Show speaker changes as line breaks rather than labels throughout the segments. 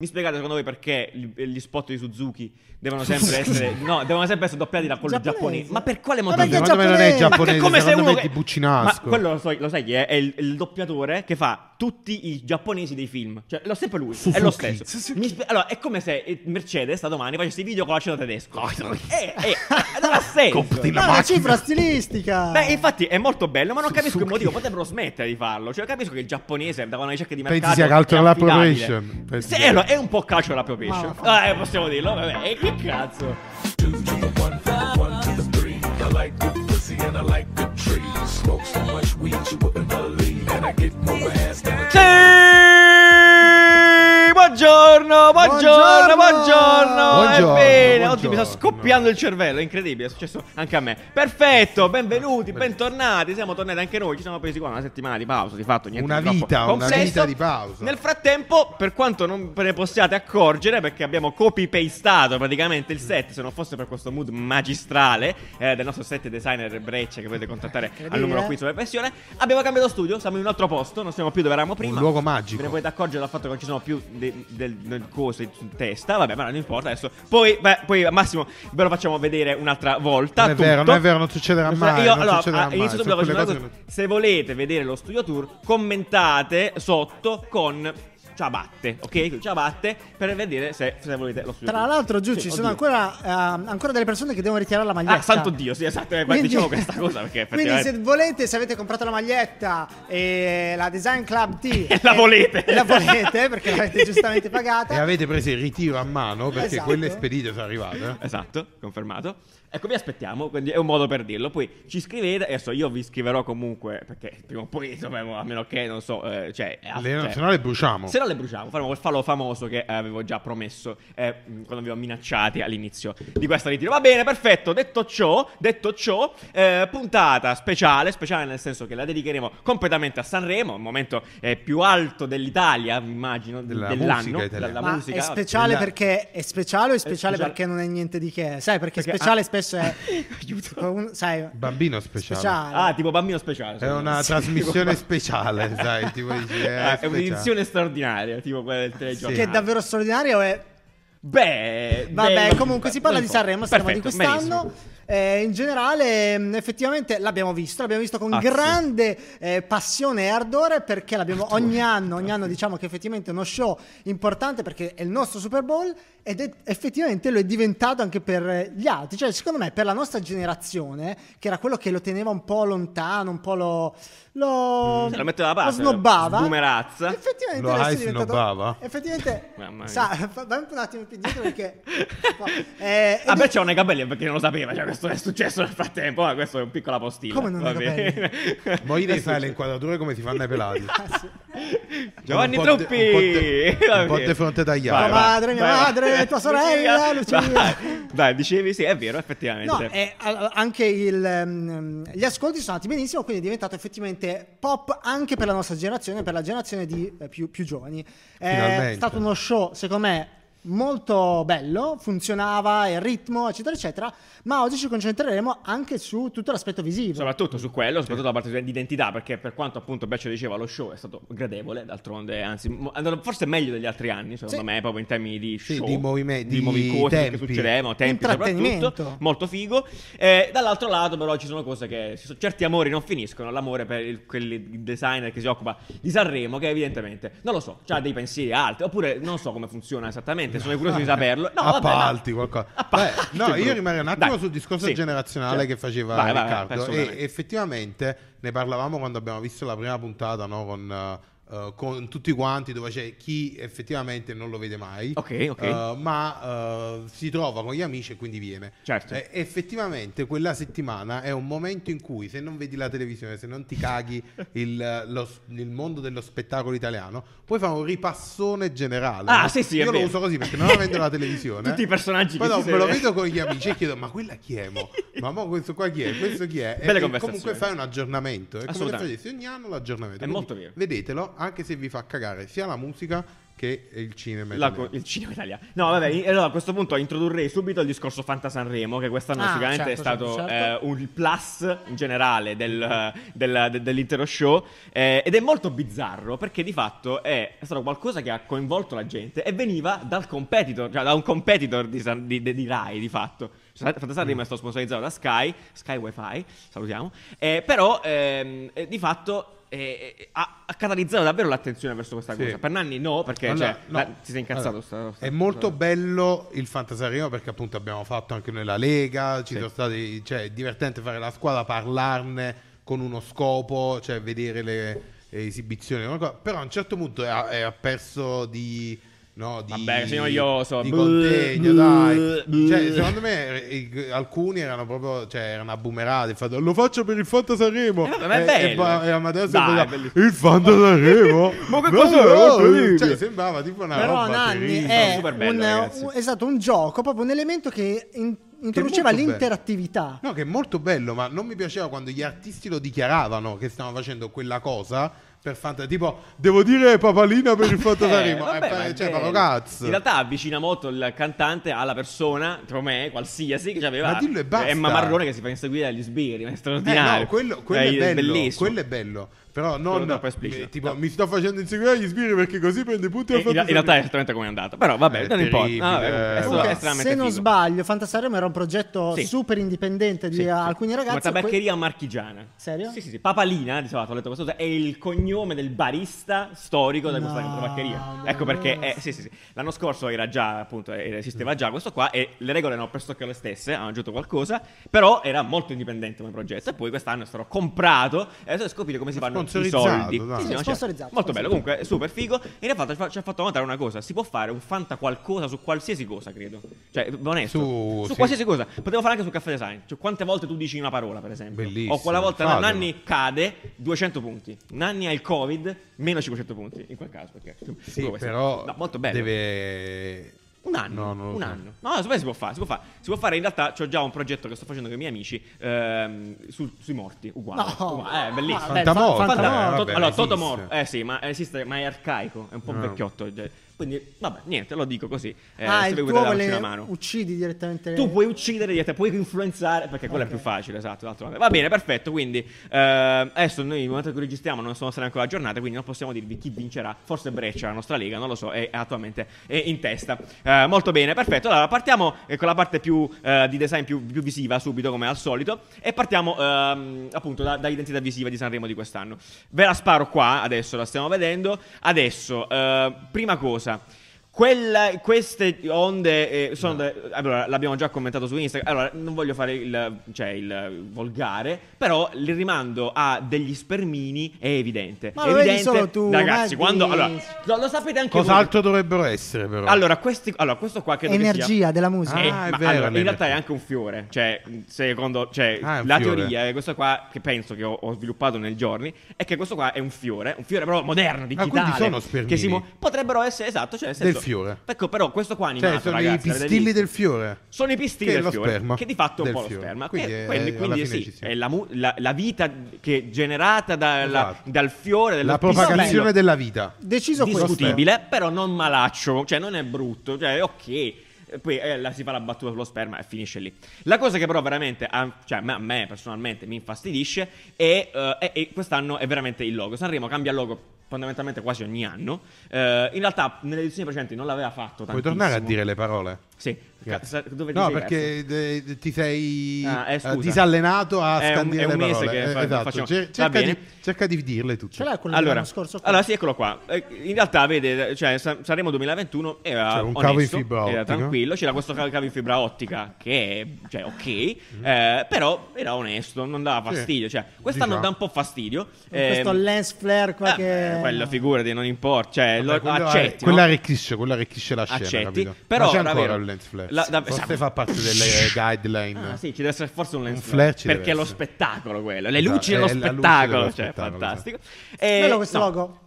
Mi spiegate secondo voi perché gli, eh, gli spot di Suzuki devono sempre essere no, devono sempre essere doppiati da quello
Giapponese.
giapponese? Ma per quale
Vabbè,
motivo? Cioè,
che è
Secondo me non è
giapponese.
Ma che
giapponese,
come se
secondo
uno
me è
che-
di Buccinasco.
Ma quello lo, so, lo sai chi è? È il, il doppiatore che fa tutti i giapponesi dei film. Cioè, lo sempre lui. È lo stesso. Mi spe- allora, è come se eh, Mercedes da domani facesse i video con l'accento tedesco. eh, eh, non ha senso.
Compri la
Ma è una
macchina.
cifra stilistica.
Beh, infatti è molto bello, ma non capisco il motivo. Potrebbero smettere di farlo. Cioè, capisco che il giapponese, da una ricerca di mercato.
Pensi sia cultural
è affidabile.
appropriation? Pensi
Sì,
sia-
allora, è un po' calcio l'appropriation.
Ma-
Eh, possiamo dirlo. Vabbè, e che cazzo.
One to the three. I like good pussy and I like good trees. Smoke so much weed you wouldn't believe. And I get more ass than a
Sì! Buongiorno, buongiorno, buongiorno.
Buongiorno.
Buongiorno,
Ebbene,
buongiorno.
oggi mi sta scoppiando il cervello, è incredibile, è successo anche a me. Perfetto, benvenuti, bentornati. Siamo tornati anche noi, ci siamo presi qua una settimana di pausa, di fatto niente
Una
di troppo
vita, una
complesso.
vita di pausa.
Nel frattempo, per quanto non ve ne possiate accorgere perché abbiamo copy-pastato praticamente il set, se non fosse per questo mood magistrale eh, del nostro set designer Breccia che potete contattare al
Incredibile.
numero qui sulla pressione, abbiamo cambiato studio, siamo in un altro posto, non siamo più dove eravamo prima.
luogo magico.
Ve ne potete accorgere dal fatto che non ci sono più de- del- del cose in testa. Vabbè, ma non importa adesso. Poi, beh, poi al massimo ve lo facciamo vedere un'altra volta.
Non è vero,
tutto.
non è vero, non succederà
sarà-
mai,
Io,
non
allora,
succederà
ah,
mai,
inizio
sono
subito
quelle
con
cose
una
che
cosa. Se volete vedere lo studio tour, commentate sotto con ciabatte, ok? Ciabatte per vedere se, se volete lo studio
Tra
tour.
l'altro, giù
Sì,
ci
oddio.
sono ancora, ehm, ancora delle persone che devono ritirare la maglietta.
Ah, santo Dio, sì, esatto, eh,
Quindi-
diciamo questa cosa perché
Quindi,
effettivamente...
se volete, se avete comprato la maglietta e la Design Club T
E la volete.
e la volete perché l'avete giustamente
E
pagata.
avete preso il ritiro a mano perché
Esatto.
quelle spedite sono arrivate. eh.
Esatto, confermato. Ecco, vi aspettiamo, quindi è un modo per dirlo. Poi ci scrivete, adesso io vi scriverò comunque, perché prima o poi, insomma, a meno che, non so, eh, cioè... eh,
Le-
cioè-
Se no le bruciamo.
Se no le bruciamo, faremo quel fallo famoso che eh, avevo già promesso eh, mh, quando vi ho minacciati all'inizio di questa ritiro. Va bene, perfetto. Detto ciò, detto ciò eh, puntata speciale, speciale nel senso che la dedicheremo completamente a Sanremo, il momento eh, più alto dell'Italia, immagino, del-
Della
dell'anno.
musica italiana.
della
Ma
musica. Esatto.
è speciale
la-
perché è speciale o è
speciale.
speciale, perché non è niente di che? Sai, perché,
Perché-
speciale
ah.
spesso è.
Aiuto.
un- sai,
Bambino speciale.
speciale.
Ah, tipo bambino speciale.
È una
Sì,
trasmissione
tipo-
speciale, sai, tipo dici, eh,
è
speciale.
un'edizione straordinaria, tipo quella del telegiornale.
che è davvero straordinario è
Beh,
Vabbè,
beh,
comunque si parla di Sanremo, stiamo di
Perfetto,
quest'anno.
benissimo.
Eh, in generale, mh, effettivamente l'abbiamo visto, l'abbiamo visto con
Ah, sì.
grande eh, passione e ardore perché l'abbiamo ogni anno, ogni anno diciamo che effettivamente è uno show importante perché è il nostro Super Bowl ed è- effettivamente lo è diventato anche per eh, gli altri, cioè secondo me per la nostra generazione che era quello che lo teneva un po' lontano, un po' lo lo,
Mm, se lo metteva da parte,
lo snobbava.
sboomerazza.
Effettivamente
Lo
adesso è
hai
diventato-
snobbava?
Effettivamente
Mamma mia.
sa, fa- vai un attimo più indietro perché eh,
Eh,
ed
ah,
è-
beh, c'è una capelli perché non lo sapeva. Cioè, questo è successo nel frattempo. Ma questo è un piccola postilla.
Come non
va
ha
bene.
Voi devi fare le inquadrature come si fanno ai pelati.
Giovanni
cioè, Un po' de-
Truppi,
un po' de-
Va
un po'
bene.
de fronte tagliato.
Vai,
Tua
vai,
madre, mia
vai, vai.
madre, tua sorella, Lucia.
Dai, dai, dicevi sì, è vero, effettivamente.
No, eh, a- anche il, ehm, gli ascolti sono andati benissimo, quindi è diventato effettivamente pop anche per la nostra generazione, per la generazione di eh, più, più giovani. È
Finalmente.
stato uno show, secondo me, molto bello, funzionava il ritmo, eccetera, eccetera, ma oggi ci concentreremo anche su tutto l'aspetto visivo.
Soprattutto su quello, soprattutto la parte di identità, perché per quanto appunto Beccio diceva lo show è stato gradevole, d'altronde, anzi, mo- è andato forse meglio degli altri anni, secondo
Sì.
me, proprio in termini di
Sì,
show,
di movimenti,
di
di
cose che
tempi.
succedevano, tempi soprattutto,
Intrattenimento.
molto figo. Eh, dall'altro lato però ci sono cose che, ci sono- certi amori non finiscono, l'amore per il, quelli- il designer che si occupa di Sanremo, che evidentemente, non lo so, ha dei pensieri altri, oppure non so come funziona esattamente, sono curioso
Ah,
di saperlo. No, vabbè, ma-
Appalti, eh. qualcosa.
Appalti,
Beh, no, io
brutto.
rimarrei un attimo
Dai,
sul discorso
sì,
generazionale
certo.
che faceva
Vai, vai, vai,
Riccardo.
assolutamente.
e effettivamente ne parlavamo quando abbiamo visto la prima puntata no, con, eh, con tutti quanti, dove c'è chi effettivamente non lo vede mai,
Ok, ok.
eh, ma eh, si trova con gli amici e quindi viene.
Certo.
Eh, effettivamente quella settimana è un momento in cui se non vedi la televisione, se non ti caghi il, lo- il mondo dello spettacolo italiano, puoi fare un ripassone generale.
Ah,
no?
sì, sì, è
Io lo
vero.
uso così perché non avendo la televisione.
Tutti i personaggi
Poi
che
no,
si
me lo
serve-
vedo con gli amici e chiedo: ma quella chi è? Mo? Ma mo questo qua chi è? Questo chi è? E-
Belle
e
conversazioni.
comunque fai un aggiornamento. È come se
Assolutamente.
facessi ogni anno l'aggiornamento.
È
Quindi
molto vero.
Vedetelo, anche se vi fa cagare sia la musica che il cinema
La co-
italiano.
il cinema italiano. No, vabbè, in- allora a questo punto introdurrei subito il discorso Fanta Sanremo, che quest'anno
Ah,
sicuramente è
certo,
stato
certo, certo.
eh, un plus in generale del- del- de- dell'intero show. eh, ed è molto bizzarro perché di fatto è stato qualcosa che ha coinvolto la gente e veniva dal competitor, cioè da un competitor di, San- di- di- di Rai di fatto. Cioè, Fanta Sanremo è stato sponsorizzato da Sky, Sky Wi-Fi, salutiamo. eh, però ehm, eh, di fatto. eh, eh, ha ha catalizzato davvero l'attenzione verso questa
Sì.
cosa. Per Nanni, no, perché che,
Allora,
cioè,
no.
la- ti sei incazzato
Allora,
sta- sta-
è molto
sta-
bello il Fantasarino perché appunto abbiamo fatto anche noi la Lega, ci
Sì.
sono stati, cioè, è divertente fare la squadra, parlarne con uno scopo, cioè vedere le, le esibizioni, una cosa. però a un certo punto è, è perso di... No, di,
Vabbè, sei noioso.
di
Bluh,
contegno,
bluh,
dai.
bluh.
Cioè, secondo me i- alcuni erano proprio, cioè, erano abbumerati. il fatto, Lo faccio per il Fanta Sanremo.
Eh, vabbè, ma è
E-
bello.
e poi- e Amadeus
Dai,
voleva,
è bellissimo.
il Fanta Sanremo.
Ma che
No,
cos'è?
no,
È incredibile.
cioè, sembrava tipo una
Però
roba
Nanni
eh.
terribile.
è
Super bello,
un,
ragazzi.
un- esatto, un gioco, proprio un elemento che in- introduceva
molto bello.
l'interattività.
No, che è molto bello, ma non mi piaceva quando gli artisti lo dichiaravano che stavano facendo quella cosa per fanta tipo devo dire papalina per il fatto
Eh,
Sanremo,
vabbè,
eh,
ma è
cioè,
bello.
proprio cazzo.
In realtà avvicina molto il cantante alla persona, come me, qualsiasi, che aveva
Ma dillo e basta.
Emma Marrone che si fa inseguire dagli sbirri, ma è
Eh,
straordinario.
no, quello, quello
Dai,
è bello,
bellissimo.
quello è bello, però
Quello
non
troppo esplicito.
eh, tipo
No.
mi sto facendo inseguire gli sbirri perché così prendo i punti
E
al
Eh, in,
fatto
in realtà è
Sanremo.
esattamente come è andata. Però vabbè,
Eh,
non importa.
terribile.
Ah, vabbè, è
Eh,
stato
Comunque,
estremamente
se non
figo.
sbaglio, Fantasaremo era un progetto
Sì.
super indipendente di
Sì, sì.
alcuni
Una
ragazzi. que-
tabaccheria marchigiana.
Serio?
Sì, sì, sì. Papalina, di solito ho letto questa cosa, è il cognome del barista storico di
No,
questa tabaccheria.
no.
Ecco perché, eh, sì, sì, sì. L'anno scorso era già, appunto, eh, esisteva già questo qua e le regole erano pressoché le stesse, hanno aggiunto qualcosa, però era molto indipendente come progetto e poi quest'anno è stato comprato e adesso scoprire come si fanno i
Sponsorizzato,
soldi.
dai.
no, cioè,
Sponsorizzato,
molto bello,
sponsorizzato.
comunque super figo. E in realtà ci fa- ci ha fatto notare una cosa, si può fare un fanta qualcosa su qualsiasi cosa, credo. Cioè, onesto,
Su-
su,
sì.
qualsiasi cosa. Potevo fare anche su caffè design, cioè quante volte tu dici una parola, per esempio.
Bellissimo,
O quella volta
fatelo.
Nanni cade 200 punti. Nanni ha il Covid, meno 500 punti. In quel caso, perché.
Sì,
Quello che-
però
No, molto bello.
deve
Un anno,
No, non lo
un
so.
anno. No, secondo me si può fare, si può fare. Si può fare in realtà, c'ho già un progetto che sto facendo con i miei amici ehm, sul- sui morti, uguale.
No. Ah,
uguale. Eh, bellissimo.
Vabbè,
Fantamorto,
fa-
Fanta-
eh,
Fantamorto.
Toto-
vabbè,
allora,
esiste. Ah.
Toto Morto, eh sì, ma esiste, ma è arcaico, è un po'
No.
vecchiotto. cioè. Quindi, vabbè, niente, lo dico così. Eh,
Ah,
se
il
vi
tuo
potete darci
vuole-
una mano.
uccidi direttamente.
Tu puoi uccidere dietro, puoi influenzare, perché quello è più facile, esatto. d'altronde. Va bene, perfetto, quindi eh, adesso noi nel momento in cui registriamo non sono state ancora aggiornate, quindi non possiamo dirvi chi vincerà, forse Breccia, la nostra lega, non lo so, è, è attualmente è in testa. Eh, molto bene, perfetto, allora partiamo eh, con la parte più eh, di design più, più visiva subito come al solito e partiamo ehm, appunto da, da identità visiva di Sanremo di quest'anno. Ve la sparo qua, adesso la stiamo vedendo. Adesso, eh, prima cosa... Quella- queste onde eh, sono de- allora, l'abbiamo già commentato su Instagram. Allora, non voglio fare il, cioè, il volgare, però il rimando a degli spermini è evidente.
Ma
è
lo vedi
evidente,
solo tu,
ragazzi.
ma
Quando,
di-
allora, lo, lo sapete anche voi.
Cos'altro dovrebbero essere però?
Allora, questi, allora, questo qua credo che sia.
Energia della musica.
Ah,
Eh,
è
ma
vero,
allora, in
l'energia.
realtà è anche un fiore. Cioè, secondo cioè,
Ah, è un
la
fiore.
teoria, è questa qua che penso che ho, ho sviluppato nei giorni, è che questo qua è un fiore, un fiore però moderno, digitale.
quindi sono
che si
spermini.
muo- potrebbero essere, esatto, cioè nel
Del
senso-
fiore.
Ecco, però questo qua è
Cioè,
animato,
sono
ragazzi, l'avete
i pistilli
visto? Cioè,
del fiore.
Sono i pistilli
Che è
del
lo
fiore,
sperma
che di fatto è un
del
po' lo
fiore.
sperma.
Quindi
che-
è-
quindi-
alla
quindi
fine
sì,
ci siamo.
è la, mu- la- la vita che è generata dalla-
Esatto.
dal fiore, dello
La
spirito.
propagazione della vita.
Deciso questo.
discutibile, però non malaccio, cioè non è brutto, cioè ok. E Poi eh, la- si fa la battuta sullo sperma e finisce lì. La cosa che però veramente, a, cioè, a me- a me personalmente mi infastidisce è, eh, è- è- quest'anno è veramente il logo. Sanremo cambia logo fondamentalmente quasi ogni anno. Eh, in realtà nelle edizioni precedenti non l'aveva fatto
Puoi
tantissimo.
tornare a dire le parole?
Sì,
Grazie.
Cazzo, dove ti
no,
sei perso?
perché de- de- ti sei
Ah, eh,
eh,
scusa.
disallenato a
È un-
scandire
è un
le
mese
parole.
che
Eh,
fa-
esatto.
facciamo-
Cer-
Va
cerca,
bene.
di, cerca di dirle tutte.
Ce l'hai Ah, quello
Allora,
dell'anno scorso?
allora, sì, eccolo qua. Eh, In realtà, vede, cioè, Sa- Sanremo 2021 era
C'era un
onesto,
cavo in fibra
era
ottica.
tranquillo, c'era questo ca- cavo in fibra ottica che è, cioè, ok, eh, però era onesto, non dava
Mm-hmm. Sì.
fastidio, cioè, quest'anno
Diciamo.
dà un po' fastidio.
Con questo
ehm,
lens flare qua
eh,
che...
beh, quella figura di non importa, cioè,
Vabbè,
lo
quello
accetti.
Quella
no?
arricchisce, quella arricchisce la scena,
Accetti,
capito?
però,
Ma c'è
davvero,
ancora il lens flare.
la- da-
Forse
sa-
fa parte delle guideline.
Ah, sì, ci deve essere forse un lens
Un flare ci
perché è
deve
lo
essere.
spettacolo quello, le
Esatto,
luci
è
dello
la luce dello
spettacolo, cioè,
spettacolo,
fantastico. E-
Bello questo
no,
logo.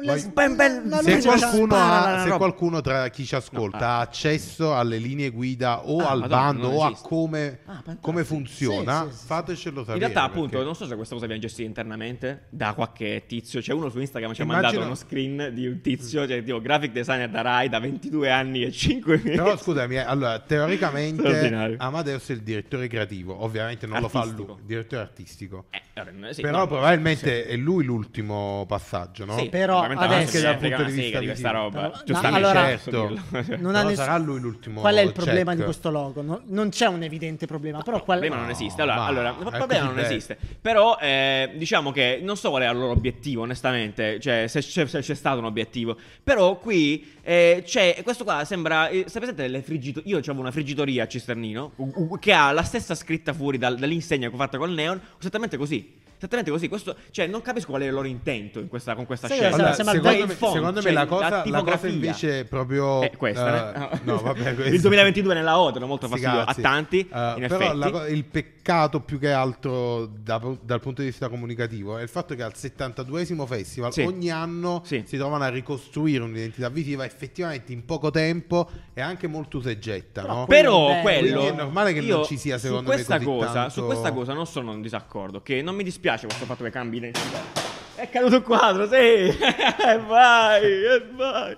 les-
Un bel- bel-
una
Lui
Se
ci
qualcuno,
spara
ha-
la
se
roba.
qualcuno tra chi ci ascolta
No, ah.
ha accesso alle linee guida o
Ah,
al
Madonna,
bando
non
o a
esiste.
come,
Ah, fantastico.
come funziona,
Sì, sì, sì, sì.
fatecelo sapere.
In realtà,
perché-
appunto, non so se questa cosa viene gestita internamente da qualche tizio. C'è uno su Instagram che ci ha
Immagino-
mandato uno screen di un tizio, cioè tipo graphic designer da Rai da 22 anni e 5 mesi.
Però scusami, eh, allora, teoricamente
Straordinario.
Amadeus è il direttore creativo, ovviamente non lo fa
Artistico.
lui, direttore artistico.
Eh, vabbè, non- sì,
Però
no.
probabilmente è lui l'ultimo passaggio, no?
Sì,
Però
probabilmente
adesso-
anche dal punto di
vista
di questa
visivo.
roba.
No,
Giustamente, certo. Cioè,
allora-
posso dirlo.
Non
Però
ha ness-
sarà lui l'ultimo
Qual è il
check?
problema di questo logo? No- non c'è un evidente problema, però
Il
qual-
problema non esiste. Allora,
ma-
allora,
è
il problema
così
non
bello.
esiste. Però, eh, diciamo che non so qual era il loro obiettivo, onestamente. Cioè, se c'è, se c'è stato un obiettivo. Però qui eh, c'è. Questo qua sembra. eh, Stai presente delle friggitorie? Io avevo una friggitoria a Cisternino u- u- che ha la stessa scritta fuori dal- dall'insegna che ho fatta col neon. Esattamente così. Esattamente così. Questo, cioè, non capisco qual è il loro intento in questa- con questa
Sì,
scelta.
sembra-
Allora,
sembra
secondo,
il
me,
font,
secondo me
cioè,
la cosa, la cosa
tipografia.
invece è proprio
Eh, questa,
eh,
eh.
no, vabbè, questo-
il 2022 nella OTAN è molto
Sti
fastidio a
cazzi.
tanti.
Eh,
in
però
effetti.
la co- il peccato più che altro da- dal punto di vista comunicativo è il fatto che al 72esimo festival
Sì.
ogni anno
Sì.
si trovano a ricostruire un'identità visiva effettivamente in poco tempo e anche molto usa e getta.
Però
no?
Però
Quindi è
quello
eh, Quindi è normale che
io
non ci sia, secondo
su
me,
questa
così
cosa,
tanto-
Su questa cosa non sono in disaccordo, che non mi dispiace questo fatto che cambi identità. È caduto il quadro, sì! E vai, e vai!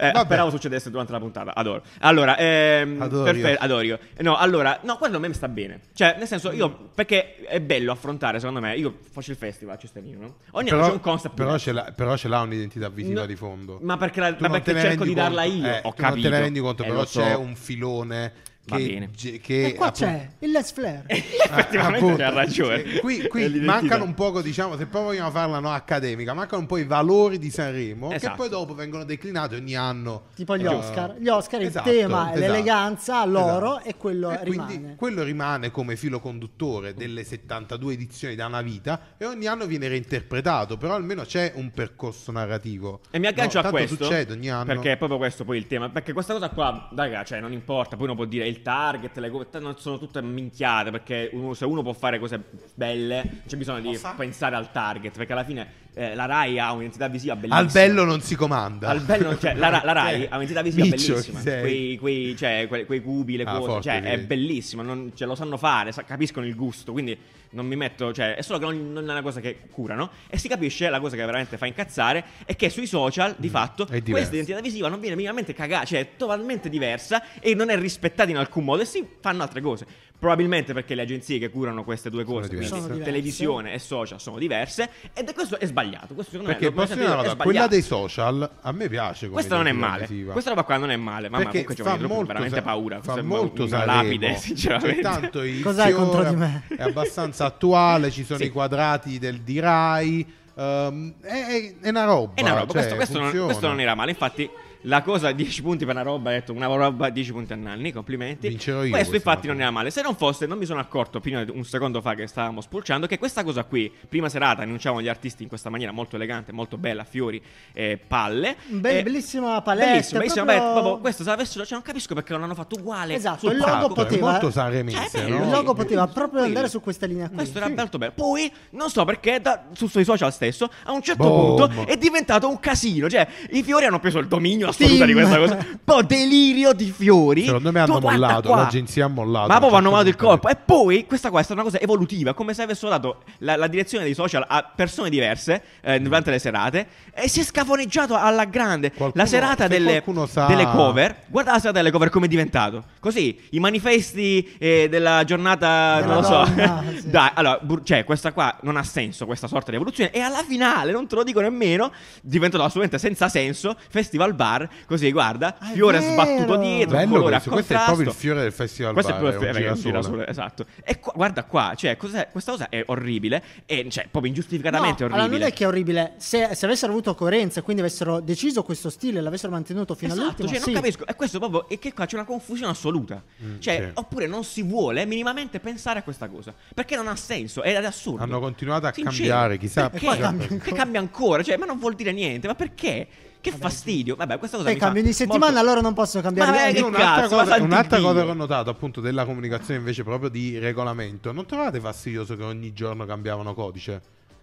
Eh,
Vabbè.
speravo succedesse durante la puntata, adoro. Allora, ehm,
Adorio.
perfetto, Adorio. No, allora, no, quello a me mi sta bene. Cioè, nel senso, io, perché è bello affrontare, secondo me, io faccio il festival a Cesternino, no? Ogni anno c'è un concept
però
diverso.
ce l'ha, però ce l'ha un'identità visiva
No,
di fondo.
ma perché la-
Tu
ma
non
perché
te ne
cerco
rendi
di darla
conto.
io,
Eh,
ho
tu Non te
capito.
ne rendi conto,
Eh,
però
lo so.
c'è un filone
Va
che,
bene.
ge- che
E qua
appunto-
c'è il Les Flair.
Effettivamente
Ah, Appunto.
c'ha ragione.
Sì, Qui, qui
È l'identità.
mancano un poco, diciamo, se poi vogliamo farla no, accademica, mancano un po' i valori di Sanremo che
Esatto.
poi dopo vengono declinati ogni anno.
Tipo gli
Eh,
Oscar. Gli Oscar, il
esatto,
tema è
esatto.
l'eleganza, l'oro, e quello
quindi
rimane.
quello rimane come filo conduttore delle 72 edizioni da una vita e ogni anno viene reinterpretato, però almeno c'è un percorso narrativo.
E mi aggancio
No,
a
tanto
questo.
succede ogni anno.
Perché è proprio questo poi il tema. Perché questa cosa qua, raga, cioè, non importa. Poi uno può dire il target, le cose, non sono tutte minchiate. Perché uno- se uno può fare cose belle, c'è bisogno di
Cosa?
pensare al target. Perché alla fine eh, la Rai ha un'identità visiva bellissima.
al bello non si comanda.
Al bello, cioè, la, Ra- la Rai
Cioè,
ha un'entità visiva
Miccio,
bellissima.
sei.
Quei, quei- cioè, que- quei cubi, le
Ah,
cose.
forte,
cioè, è
sì.
bellissima. non- cioè, lo sanno fare, sa- capiscono il gusto. Quindi non mi metto. Cioè, è solo che non, non è una cosa che curano. E si capisce la cosa che veramente fa incazzare. È che sui social, di fatto,
Mm, diverso.
questa identità visiva non viene minimamente cagata. Cioè, è totalmente diversa e non è rispettata in alcun modo. E si fanno altre cose. Probabilmente perché le agenzie che curano queste due cose,
diverse.
quindi
Sono diverse.
televisione e social, sono diverse. Ed è questo è sbagliato. Questo secondo
Perché
me lo-
posso dire una
è
cosa,
sbagliato.
quella dei social a me piace. come
Questa non è
identità
male.
visiva.
Questa roba qua non è male. Mamma, comunque c'è un gruppo veramente
Sa-
paura.
Fa
Questa è
molto
una
Sanremo.
lapide, sinceramente.
Tanto il
Cos'hai
fiore
contro di me?
È abbastanza attuale, ci sono
Sì.
i quadrati del di Rai. ehm, è, è una roba.
È una roba,
cioè,
Eh questo, questo non,
funziona.
questo non era male. Infatti, la cosa 10 punti per una roba, ha detto una roba 10 punti a Nanni, complimenti.
Vincerò io
questo
questa
infatti
mattina.
non era male. Se non fosse, non mi sono accorto fino a un secondo fa che stavamo spulciando che questa cosa qui, prima serata, annunciavano gli artisti in questa maniera molto elegante, molto bella, fiori e palle.
Un bel-
Eh,
bellissima palette,
Bellissima, bellissima
proprio-
palette. Proprio questo se l'avessero, cioè non capisco perché non l'hanno fatto uguale.
Esatto,
sul
il logo
palco.
Esatto,
poteva-
È molto sanremese,
Cioè, è
no?
bello,
Il logo poteva proprio
Quello.
andare su questa linea qui.
Questo era molto bello. Poi, non so perché, da- su, sui social stesso, a un certo
Boom.
punto è diventato un casino. Cioè, i fiori hanno preso il dominio assoluto di
Team.
questa cosa. Un po' delirio di fiori.
Secondo me hanno
Tu guarda
mollato,
qua.
l'agenzia ha mollato.
Ma
A un
proprio hanno
certo
mollato il
punto.
colpo. E poi, questa qua è stata una cosa evolutiva, come se avessero dato la, la direzione dei social a persone diverse eh, durante le serate. E si è scafoneggiato alla grande.
Qualcuno-
la serata
se
delle,
qualcuno sa-
delle cover. Guarda la serata delle cover come è diventato. Così, i manifesti eh, della giornata, non lo so.
Madonna, sì.
Dai, allora, bur- cioè, questa qua non ha senso, questa sorta di evoluzione. E alla finale, non te lo dico nemmeno, diventata assolutamente senza senso. Festival bar, così, guarda,
Ah, è
fiore
vero.
sbattuto dietro,
Bello
colore a
questo, questo è
contrasto.
proprio il fiore del festival.
Questo
bar,
è proprio
un
il fiore,
girasole.
esatto. E qua- guarda qua, cioè, cos'è- questa cosa è orribile, e, cioè, proprio ingiustificatamente
No,
orribile.
Allora non è che è orribile. Se, se avessero avuto coerenza e quindi avessero deciso questo stile e l'avessero mantenuto fino
Esatto,
all'ultimo,
cioè,
sì.
non capisco. E questo proprio è che qua c'è una confusione assoluta. cioè,
Mm, sì.
oppure non si vuole minimamente pensare a questa cosa. Perché non ha senso, è, ed è assurdo.
Hanno continuato a
Sincero.
cambiare, chissà
Perché?
E poi cambia ancora.
E cambia ancora, cioè, ma non vuol dire niente. Ma perché? Che fastidio. Vabbè, questa cosa
Poi
mi fa
cambiano di Eh, settimana,
molto-
allora non possono cambiare
Ma eh,
niente.
vabbè,
Io
che
un'altra,
cazzo, ma
cosa,
santo
un'altra cosa
Dio.
che ho notato appunto della comunicazione invece proprio di regolamento non trovate fastidioso che ogni giorno cambiavano codice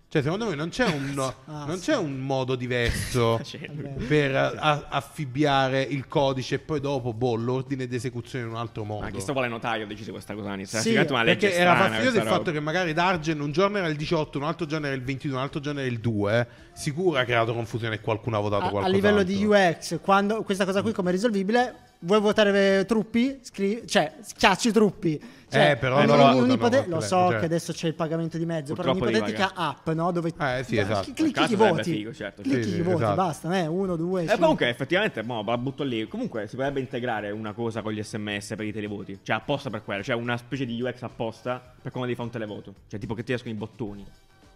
Cioè, secondo me non c'è un,
Ah,
non
sì.
c'è un modo diverso
C'è.
per a- affibbiare il codice e poi dopo, boh, l'ordine di esecuzione in un altro modo.
Ma chi sto vuole notaio decise questa cosa? Anis? Era
Sì,
sicuramente una legge
Perché era
strana
fastidioso il
questa
fatto
roba.
che magari Dargen un giorno era il 18, un altro giorno era il 21, un altro giorno era il 2. Sicuro ha creato confusione e qualcuno ha votato
a,
qualcosa.
a livello di UX, quando questa cosa qui come risolvibile, vuoi votare eh, truppi? Scri- cioè, schiacci truppi. Cioè,
Eh, però
ogni-
allora
ogni- ogni
votano
ipote-
molto
lo
bene,
so
cioè.
che adesso c'è il pagamento di mezzo, però
Purtroppo devi
un'ipotetica app, no? Dove
Eh, sì,
da-
esatto.
chi-
Nel
clicchi
caso
i
sarebbe
voti.
figo, certo.
Clicchi
Sì,
i
sì,
voti,
esatto.
basta, eh, uno, due.
Eh,
su.
comunque, effettivamente, mo, la butto lì. Comunque, si potrebbe integrare una cosa con gli sms per i televoti. Cioè, apposta per quello. Cioè, una specie di UX apposta per come devi fare un televoto. Cioè, tipo che ti escono i bottoni.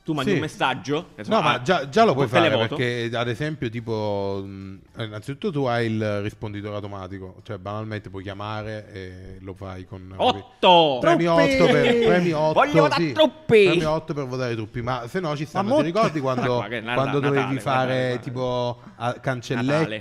Tu mandi
Sì.
un messaggio. che so,
No,
ah,
ma già, già lo puoi
col
fare
televoto.
perché, ad esempio, tipo, mh, eh, innanzitutto tu hai il risponditore automatico, cioè banalmente puoi chiamare e lo fai con
8!
Premi
Truppi!
8 per premi 8
Voglio votare
sì,
truppi!
Premi 8 per votare truppi, ma se no ci stanno,
Ma
ti
mo-
ricordi quando,
Ma che Natale,
quando dovevi
Natale,
fare
Natale.
tipo a
Natale,
cancelletto
Natale.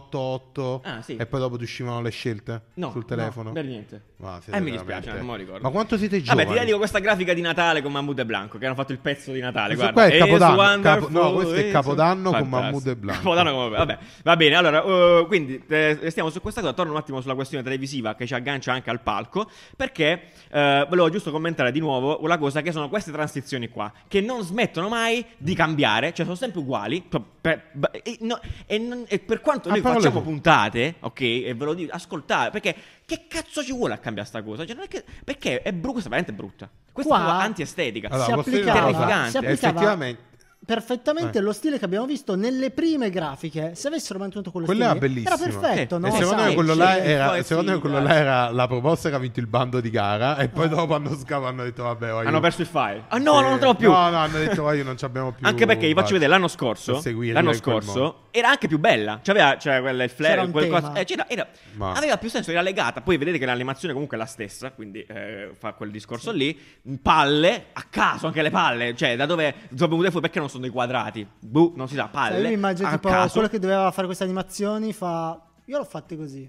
488
Ah, sì.
e poi dopo ti uscivano le scelte
No,
sul telefono?
no, per niente.
Ma siete
eh, mi
veramente-
dispiace, non me lo ricordo.
Ma quanto siete
Vabbè,
giovani?
ti dedico questa grafica di Natale con Mahmoud e Blanco, che hanno fatto il pezzo di Natale.
Questo
Guarda.
qua è
It's
Capodanno,
wonderful,
Capo- no, questo è
it's-
Capodanno con
Fantastico.
Mahmood e Blanco.
Capodanno con Mahmood- vabbè. Va bene, allora, eh, quindi eh, restiamo su questa cosa. Torno un attimo sulla questione televisiva che ci aggancia anche al palco, perché eh, volevo giusto commentare di nuovo una cosa che sono queste transizioni qua, che non smettono mai di cambiare, cioè sono sempre uguali. cioè, per- b- e, no- e non- e per quanto
A
noi
parole
facciamo
tue.
puntate, ok, e ve lo dico, ascoltate, perché che cazzo ci vuole a cambiare sta cosa? Cioè, non è che, perché è brutta, questa è veramente brutta. Questa
Qua-
è proprio antiestetica.
Allora,
si
posso dire
applicava,
una cosa?
si applicava
Effettivamente-
perfettamente
Eh.
lo stile che abbiamo visto nelle prime grafiche. Se avessero mantenuto quello
Quello era
stile, lì,
bellissimo.
era perfetto.
Eh,
no?
E secondo
Sai,
me quello là
sì.
era,
poi
secondo me
sì,
quello
dai. Ah.
là era la proposta che ha vinto il bando di gara e poi dopo hanno scavato hanno detto vabbè voglio-
Hanno perso il file. Ah no, non lo trovo
Eh,
più.
No, no, hanno detto voglio non ci abbiamo più.
Anche perché vi faccio vedere l'anno scorso,
per seguirla
l'anno
in quel modo.
scorso era anche più bella. Cioè aveva cioè, quella, il
C'era
flare,
un
quel
tema.
cosa- eh, c'era- era-
Ma-
aveva più senso, era legata. Poi vedete che l'animazione comunque è la stessa, quindi eh, fa quel discorso lì. Palle, a caso anche le palle, cioè da dove sono venute fuori perché non sono dei quadrati? Boh, non si sa, palle.
Cioè, io mi immagino
a
tipo
caso.
quello che doveva fare queste animazioni fa io l'ho fatte così.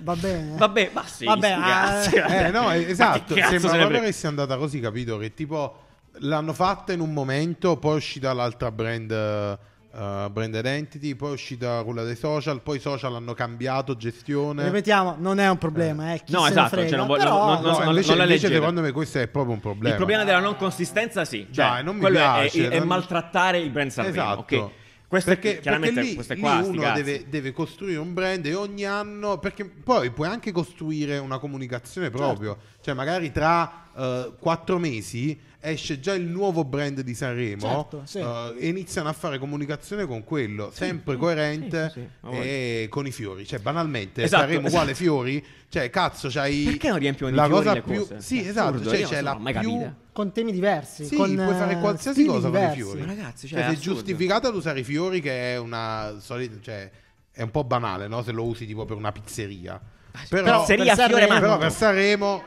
Va bene.
Vabbè, ma sì,
Vabbè,
sti
ah,
cazzi, vabbè.
Eh no,
Ma
eh,
che
esatto,
cazzo
sembra
se ne
proprio
frega?
che sia andata così, capito? Che tipo l'hanno fatta in un momento, poi è uscita l'altra brand eh, brand identity, poi è uscita quella dei social, poi i social hanno cambiato gestione.
Eh. Ripetiamo, non è un problema, eh. Chi
No,
se ne
esatto,
frega,
cioè, non vo-
però-
non- non-
No,
non-
invece,
la
invece
leggera.
secondo me questo è proprio un problema.
Il problema della non consistenza, sì. Cioè,
Dai, non mi
quello è-
piace,
È, è
non-
maltrattare il brand Sanremo.
Esatto.
ok? Questo è-
perché,
chiaramente
perché lì,
questo è
lì
qua, sti
uno
cazzi.
deve, deve costruire un brand e ogni anno perché poi puoi anche costruire una comunicazione
Certo.
proprio cioè magari tra eh, quattro mesi esce già il nuovo brand di Sanremo
Certo, sì.
eh, e iniziano a fare comunicazione con quello sempre coerente
sì, sì, ma
e con i fiori cioè banalmente
Esatto,
Sanremo
esatto.
uguale fiori cioè cazzo c'hai
Perché non riempiono di
la
fiori
cosa
le
più
cose?
sì
È
esatto
assurdo,
cioè,
io
c'è
non
la
l'ho mai
più
capito.
con temi diversi,
sì,
con
puoi fare
eh,
qualsiasi
stili
cosa
diversi.
con i fiori.
Ma ragazzi, cioè,
Cioè,
è
sei
assurdo.
giustificato ad usare i fiori, che è una solita. Cioè, è un po' banale, no? Se lo usi tipo per una pizzeria.
Ah,
Però,
Pizzeria,
Seria
per
fiore
Sanremo-
mango.
però per Sanremo.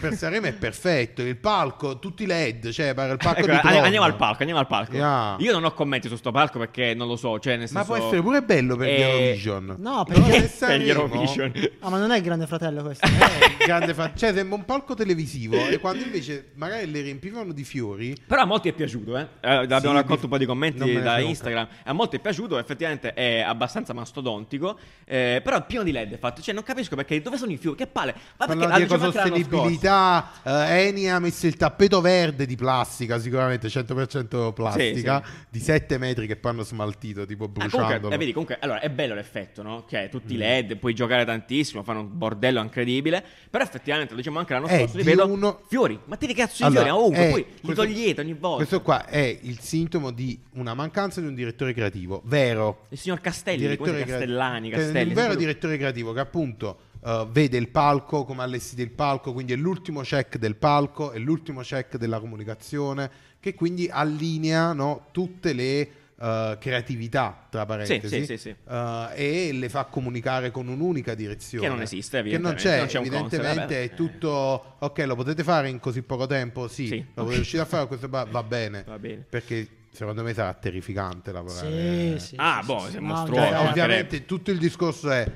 Per Sanremo è perfetto. Il palco, tutti LED. Cioè, per il palco
Ecco,
di
andiamo,
Tron.
andiamo al palco, andiamo al palco.
Yeah.
Io non ho commenti su sto palco perché non lo so, cioè nel
Ma
senso...
può essere pure bello per
Eh,
gli Eurovision.
No,
Però
perché-
se
per gli
Sanremo-
Eurovision.
Ah, ma non è il grande fratello questo.
Eh, grande fan- Cioè, sembra un palco televisivo. E quando invece magari le riempivano di fiori.
Però a molti è piaciuto, eh. Eh, abbiamo
Sì,
raccolto
di-
un po' di
non me
commenti
ne
da
frega un
Instagram. A molti è piaciuto, effettivamente è abbastanza mastodontico. eh, però è pieno di LED è fatto. Cioè, non capisco perché dove sono i fiori? Che palle. Ma perché
Parlando di
dicevamo anche l'anno
ecosostenibilità, eh, Eni ha messo il tappeto verde di plastica, sicuramente 100% plastica, di 7 metri che poi hanno smaltito, tipo
Ah, comunque,
bruciandolo. Mm.
eh, vedi, comunque, allora è bello l'effetto, no? Che tutti i LED, puoi giocare tantissimo, fanno un bordello incredibile. Però effettivamente, lo diciamo anche l'anno
Eh,
scorso,
di
ripeto,
uno-
fiori. Ma te che cazzo di
Allora,
fiori? Ma ovunque,
eh,
poi li
questo-
togliete ogni volta.
Questo qua è il sintomo di una mancanza di un direttore creativo, vero?
Il signor Castelli, come si
direttore
chiama? Castellani,
creativo. Cioè,
Castelli.
Un vero
sempre lui.
direttore creativo che appunto eh, vede il palco, come ha allestito il palco, quindi è l'ultimo check del palco, è l'ultimo check della comunicazione, che quindi allinea no, tutte le eh, creatività, tra parentesi,
sì, sì, sì.
eh, e le fa comunicare con un'unica direzione.
Che non esiste,
Che non
evidentemente,
c'è,
non c'è un
evidentemente
concept, vabbè.
è tutto, ok, lo potete fare in così poco tempo? Sì,
Sì.
lo potete riuscire a fare, questo va, va bene.
Va bene.
Perché secondo me sarà terrificante lavorare.
Sì, sì,
Ah,
sì,
boh,
sì,
sei
sì.
mostruoso,
Cioè,
Ci
no,
mancherebbe.
ovviamente tutto il discorso è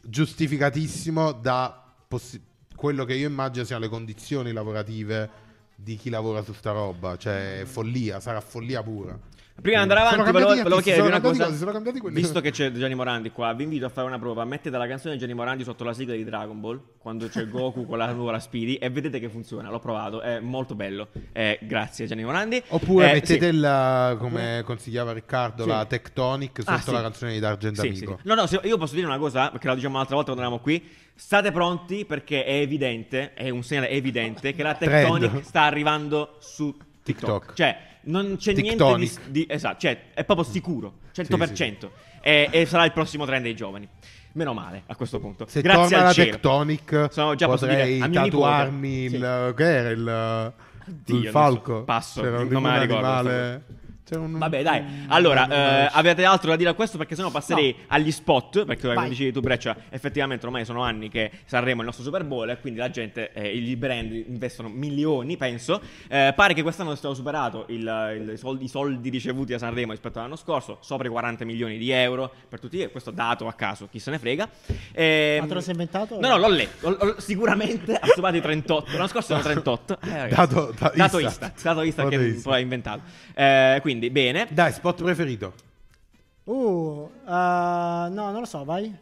giustificatissimo da possi- quello che io immagino siano le condizioni lavorative di chi lavora su sta roba. Cioè, è follia, sarà follia pura.
Prima di andare
Sono
avanti,
cambiati
volevo,
gli
volevo
artisti,
chiedervi
sono
una
cambiati
cosa.
cose, sono cambiati quelli-
Visto che c'è Gianni Morandi qua, vi invito a fare una prova. Mettete la canzone di Gianni Morandi sotto la sigla di Dragon Ball, quando c'è Goku con la nuvola Speedy, e vedete che funziona. L'ho provato, è molto bello. Eh, grazie Gianni Morandi.
Oppure
Eh,
mettete
sì.
la, come consigliava Riccardo,
Sì.
la Tectonic sotto
Ah, sì.
la canzone di D'Argent
Sì, sì,
Amico.
sì. No, no, se- io posso dire una cosa, perché la diciamo l'altra volta quando eravamo qui. State pronti perché è evidente, è un segnale evidente che la
Trend.
Tectonic sta arrivando su TikTok.
TikTok.
Cioè, non c'è niente
Tectonic. Mm.
di- di, esatto, cioè è proprio sicuro, 100%. E, e sarà il prossimo trend dei giovani. Meno male a questo punto.
Se
Grazie
torna
al
la
cielo.
Tectonic,
Sono già posso
potrei
dire, a mio
tatuarmi
nipote.
il, uh, che era il, uh,
Oddio,
il
adesso
falco.
passo,
C'era un,
non me la
un
ricordo
animale. C'era un-
Vabbè, dai.
un
Allora,
animale.
eh, avete altro da dire a questo? Perché sennò passerei agli spot. Perché, come
Vai.
dicevi tu, Breccia, effettivamente ormai sono anni che Sanremo è il nostro Super Bowl. E quindi la gente, eh, i brand investono milioni, penso. Eh, pare che quest'anno sia stato superato il- il- i, soldi, i soldi ricevuti da Sanremo rispetto all'anno scorso, sopra i 40 milioni di euro per tutti. e Questo dato a caso, chi se ne frega. Ehm,
Ma te lo sei inventato?
No, no, l'ho letto. Ho- ho- sicuramente ha superato i 38. L'anno scorso erano 38. Eh, ragazzi.
Dato- da-
dato
Istat.
Istat. Dato Istat
Dato
che
Istat.
poi ha inventato. Eh, quindi, bene.
Dai, spot preferito.
Uh, eh, no, non lo so, vai.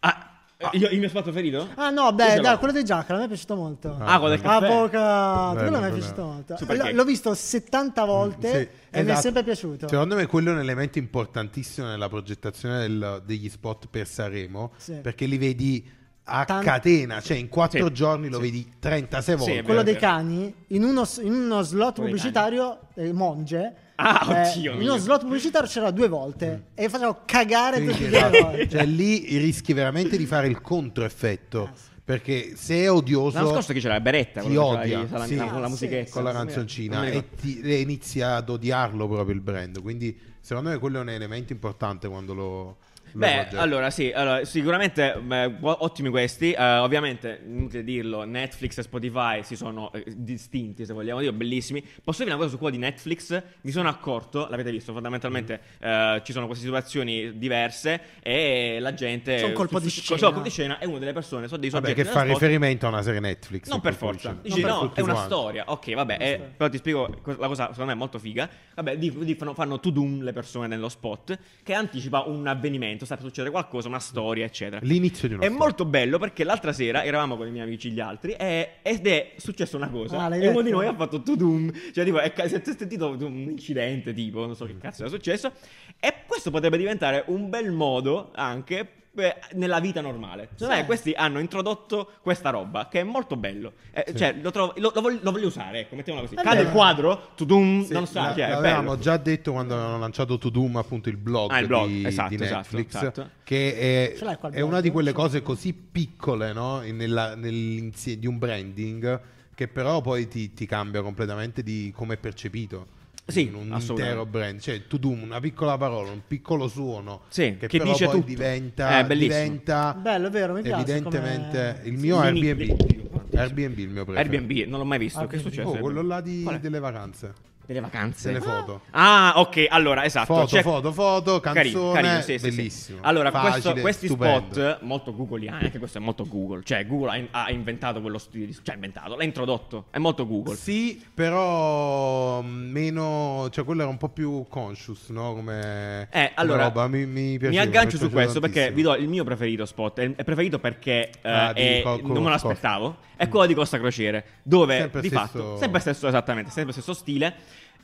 Ah, io- il mio spot preferito?
Ah no,
Io
beh,
ce
dai,
l'ho.
quello dei Giacca, a me è piaciuto molto.
Ah, quello del caffè.
Avvocato,
Bello,
quello mi è
quello.
piaciuto molto.
Super
L-
cake.
l'ho visto 70 volte
Sì,
e mi è
esatto.
sempre piaciuto.
Secondo me quello è un elemento importantissimo nella progettazione del- degli spot per Sanremo,
Sì.
perché li vedi a
Tan-
catena, cioè in quattro
Sì,
giorni lo
sì.
vedi 36
Sì,
volte.
è vero,
quello dei
è vero.
cani, in uno, s- in uno slot
Quello dei
pubblicitario, eh, Monge. eh,
Ah, oddio
In
mio.
uno slot pubblicitario c'era due volte e facevo cagare
Mm. Sì,
tutti
sì,
e due le
esatto.
volte.
Cioè lì rischi veramente di fare il controeffetto,
Ah, sì.
perché se è
L'anno
odioso
scorso che c'era la beretta.
Ti
quello che c'era
odia,
i salam-
sì.
la- con la
Ah,
musichetta.
sì,
con la
non mi-
canzoncina
non mi
e ti, e inizia ad odiarlo proprio il brand, quindi secondo me quello è un elemento importante quando lo... lo
Beh,
progetti.
allora sì, allora, sicuramente beh, gu- ottimi questi, eh, ovviamente inutile dirlo, Netflix e Spotify si sono eh, distinti se vogliamo dire, bellissimi. Posso dire una cosa su quello di Netflix? Mi sono accorto, l'avete visto, fondamentalmente
Mm.
eh, ci sono queste situazioni diverse e la gente...
C'è un colpo di scena.
C'è un colpo di scena e una delle persone, sono dei
Vabbè,
soggetti
che
dello
fa
spot-
riferimento a una serie Netflix.
Non
in
per
cui
forza.
dice-
Dici,
Non per
no,
tutti
è una
quanti.
storia. Ok, vabbè,
Una
eh,
storia.
però ti spiego co- la cosa, secondo me, è molto figa. Vabbè, di- di- fanno, fanno to doom le persone nello spot che anticipa un avvenimento, sta per succedere qualcosa, una storia, eccetera.
L'inizio di una
È
storia.
molto bello perché l'altra sera eravamo con i miei amici gli altri e, ed è successa una cosa.
Ah, l'hai
e uno di
detto?
noi ha fatto to doom. Cioè, tipo, è, ca- si è sentito un incidente, tipo, non so che cazzo era successo. E questo potrebbe diventare un bel modo anche. eh, Nella vita normale, secondo
Sì.
me questi hanno introdotto questa roba che è molto bello. Eh,
Sì.
Cioè, lo, trovo- lo- lo voglio, lo voglio usare. Ecco, mettiamola così:
È
cade
vero.
il quadro, tudum,
Sì,
non sa.
la-
cioè, è
l'avevamo
bello.
già detto quando avevano lanciato To Doom, appunto il blog,
Ah, il blog,
di,
esatto,
di
esatto,
Netflix,
esatto.
che è,
Ce l'hai qua il
è
blog?
una di quelle
Ce l'ho.
cose così piccole no? In- nella- nell'insie- di un branding che però poi ti, ti cambia completamente di come è percepito.
Sì,
in un
assolutamente.
intero brand, cioè To Doom, una piccola parola, un piccolo suono
Sì,
che,
che
però
dice
poi
tutto.
diventa,
È bellissimo.
diventa
Bello, è vero, mi piace
evidentemente
come-
il mio
Sì, mini-
Airbnb. Airbnb il mio preferito.
Airbnb, non l'ho mai visto. Che è
Airbnb.
successo?
Oh, quello là di-
Qual è?
delle vacanze.
Delle vacanze.
Delle foto.
Ah, ok, allora, esatto.
Foto,
c'è-
foto, foto, canzone,
Carino, carino, sì, sì, sì.
bellissimo.
Allora,
Facile,
questo- questi
stupendo.
spot molto googleiani, anche questo è molto Google. Cioè, Google ha, in- ha inventato quello stile, di- cioè ha inventato, l'ha introdotto, è molto Google.
Sì, però mm, meno, cioè quello era un po' più conscious, no? Come
Eh,
come
allora,
roba. mi, mi piaceva,
aggancio
mi
su
piaceva
questo perché vi
tantissimo.
do il mio preferito spot. È, è preferito perché eh,
Ah, di
è-
Co- Co-
non me
Costa.
l'aspettavo. È quello di Costa Crociere, dove
Sempre
di
stesso-
fatto, sempre stesso, esattamente, sempre stesso stile.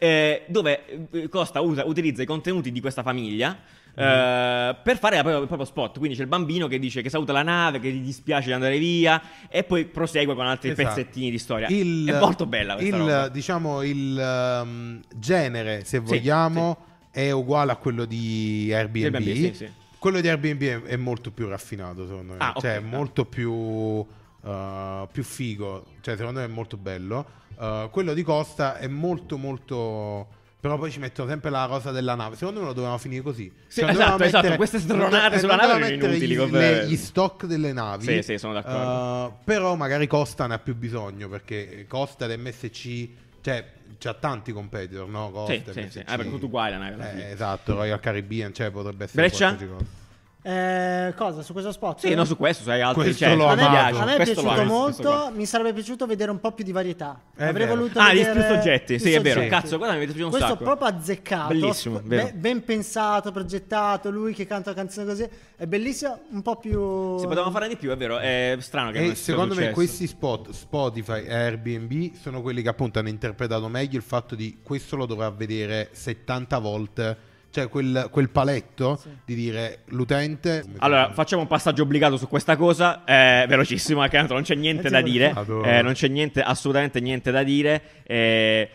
eh, dove eh, Costa usa- utilizza i contenuti di questa famiglia.
Mm.
eh, per fare la propria- il proprio spot, quindi c'è il bambino che dice che saluta la nave, che gli dispiace di andare via, e poi prosegue con altri
Esatto.
pezzettini di storia.
Il-
è molto bella questa
il,
roba.
diciamo, il ehm, genere, se vogliamo, è uguale a quello di Airbnb.
Airbnb, sì, sì.
Quello di Airbnb è, è molto più raffinato, secondo me.
Ah, ok,
cioè, è
no.
molto più, eh, più figo. Cioè, secondo me è molto bello. Eh, quello di Costa è molto, molto... Però poi ci mettono sempre la rosa della nave. Secondo me lo dovevamo finire così.
Sì,
Cioè, non dovevamo
esatto, esatto, queste stronate
non dovevamo-
sulla nave
non dovevamo
erano
mettere
inutili,
Gli,
come-
le- gli stock delle navi.
Sì, sì, sono d'accordo.
Eh, però magari Costa ne ha più bisogno perché Costa ed MSC, cioè c'ha tanti competitor, no? Costa,
Sì, sì, sì.
MSC.
Ah, perché tutti uguali, la nave, alla
Eh,
fine.
esatto, Royal Caribbean, cioè potrebbe essere
Breccia?
qualsiasi cosa.
Eh, cosa su questo spot?
Sì, no, su questo, sai, altri
Questo
c'è,
l'ho
mi
a me,
amato.
piace,
a me è
questo l'ho
piaciuto
amato, questo qua.
molto. Mi sarebbe piaciuto vedere un po' più di varietà.
È
Avrei
vero.
voluto
Ah, gli
vedere
più soggetti, sì,
più
è vero.
soggetti.
Cazzo, guarda, mi è piaciuto un
Questo
sacco.
proprio azzeccato.
Bellissimo,
sp-
vero.
be- ben pensato, progettato. Lui che canta la canzone così. È bellissimo, un po' più.
Se potevamo fare di più, è vero, è strano che non
E
sia
secondo me
successo.
questi spot, Spotify e Airbnb, sono quelli che appunto hanno interpretato meglio il fatto di questo lo dovrà vedere 70 volte, cioè quel, quel paletto di dire l'utente...
Allora, facciamo un passaggio obbligato su questa cosa, eh, velocissimo, perché tanto non c'è niente
Eh,
da
sì,
dire,
vado.
eh, non c'è niente, assolutamente niente da dire. eh,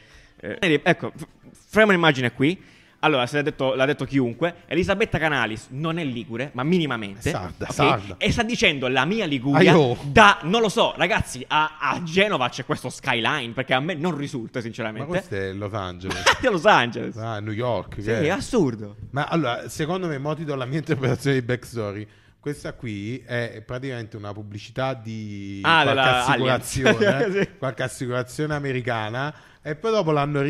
eh, ecco, f- fermo l'immagine qui. Allora, se l'ha detto, l'ha detto chiunque, Elisabetta Canalis non è ligure, ma minimamente.
È sarda,
ok?
sarda.
E sta dicendo la mia Liguria
Aiò.
da, non lo so, ragazzi, a, a Genova c'è questo skyline, perché a me non risulta,
Ma
sinceramente.
questo è Los Angeles,
Di Los Angeles.
ah, New York.
Sì,
che
è
è?
assurdo.
Ma allora, secondo me, mo ti do la mia interpretazione di backstory. Questa qui è praticamente una pubblicità di
Ah,
qualche,
della Allianz.
assicurazione,
Sì.
qualche assicurazione americana e poi dopo l'hanno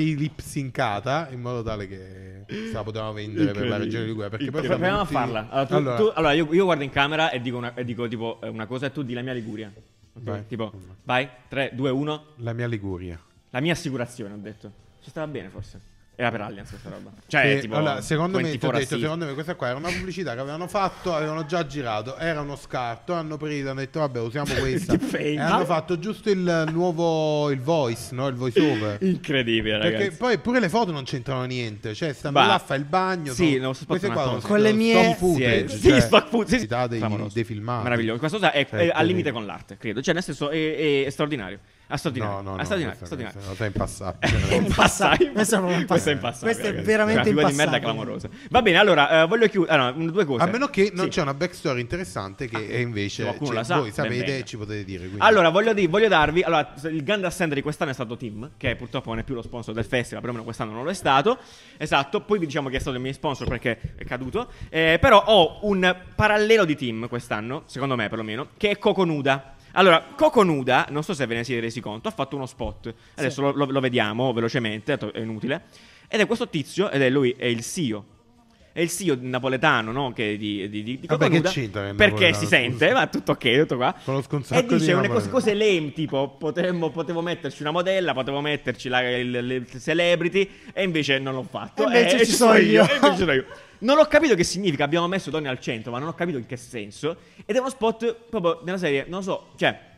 rilipsincata in modo tale che se la potevamo vendere per la
Incredibile.
regione di Liguria. Perché poi
Incredibile.
siamo
Proviamo a
tutti-
farla. Allora, tu- tu- allora.
Allora,
io, io guardo in camera e dico, una, e dico tipo eh, una cosa e tu di la mia Liguria. Ok?
Vai.
Tipo, vai, 3, 2, 1.
la mia Liguria.
La mia assicurazione, ho detto. Ci stava bene forse. Era per Allianz questa roba. Cioè,
Che,
tipo...
allora, secondo me, ti ho
24
detto,
sì.
secondo me questa qua era una pubblicità che avevano fatto, avevano già girato, era uno scarto, hanno preso, hanno detto vabbè usiamo questa
Deepfake.
e hanno fatto giusto il nuovo, il voice, no? il voice over.
Incredibile,
Perché
ragazzi.
poi pure le foto non c'entrano niente, cioè stanno
Bah.
là, fa il bagno,
Sì,
sono-
non so,
queste
fatto
qua
una cosa.
sono
Con le
sono
mie-
stock footage,
Sì, eh,
cioè,
sì, stock footage, sì,
quantità dei,
Favoloso.
dei filmati.
Meraviglioso. Questa cosa è,
Cioè,
è al limite
terribile.
con l'arte, credo. Cioè, nel senso, è, è- è straordinario. È straordinario.
No, no,
è
no,
straordinario.
questa-
straordinario.
questa
È
è impassabile, veramente.
impassabile.
Questo è proprio impassabile.
Questo è impassabile.
Questo è
ragazzi.
veramente
Una figura di merda
impassabile.
clamorosa. Va bene, allora, eh, voglio chiudere. Ah, no, due cose.
A meno che non
Sì. Ah.
c'è una backstory interessante che è invece
qualcuno
cioè,
la sa,
voi
ben
sapete
venga.
e ci potete dire. quindi.
Allora, voglio, di- voglio darvi. Allora, il grande assente di quest'anno è stato Tim, che purtroppo non è più lo sponsor del festival, perlomeno quest'anno non lo è stato. Esatto, poi vi diciamo che è stato il mio sponsor perché è caduto. Eh, però ho un parallelo di Tim quest'anno, secondo me perlomeno, che è Coconuda. Allora, Coconuda, non so se ve ne siete resi conto, ha fatto uno spot. Adesso lo, lo- lo vediamo velocemente, tanto è inutile. Ed è questo tizio, ed è lui, è il CEO. È il CEO napoletano, no? Che di, di, di, di
Vabbè, che
Coconuda,
c'entra che è
Perché
napoletano,
si sente,
scusa.
ma tutto ok, tutto qua.
Conosco un
E
sacco di
dice una cosa,
napoletani.
cose lame, tipo potemmo- potevo metterci una modella, potevo metterci la, il, il celebrity, e invece non l'ho fatto. Eh,
E invece ci
sono
sono io.
e invece sono io. Non ho capito che significa, abbiamo messo donne al centro, ma non ho capito in che senso. Ed è uno spot proprio nella serie, non lo so, cioè...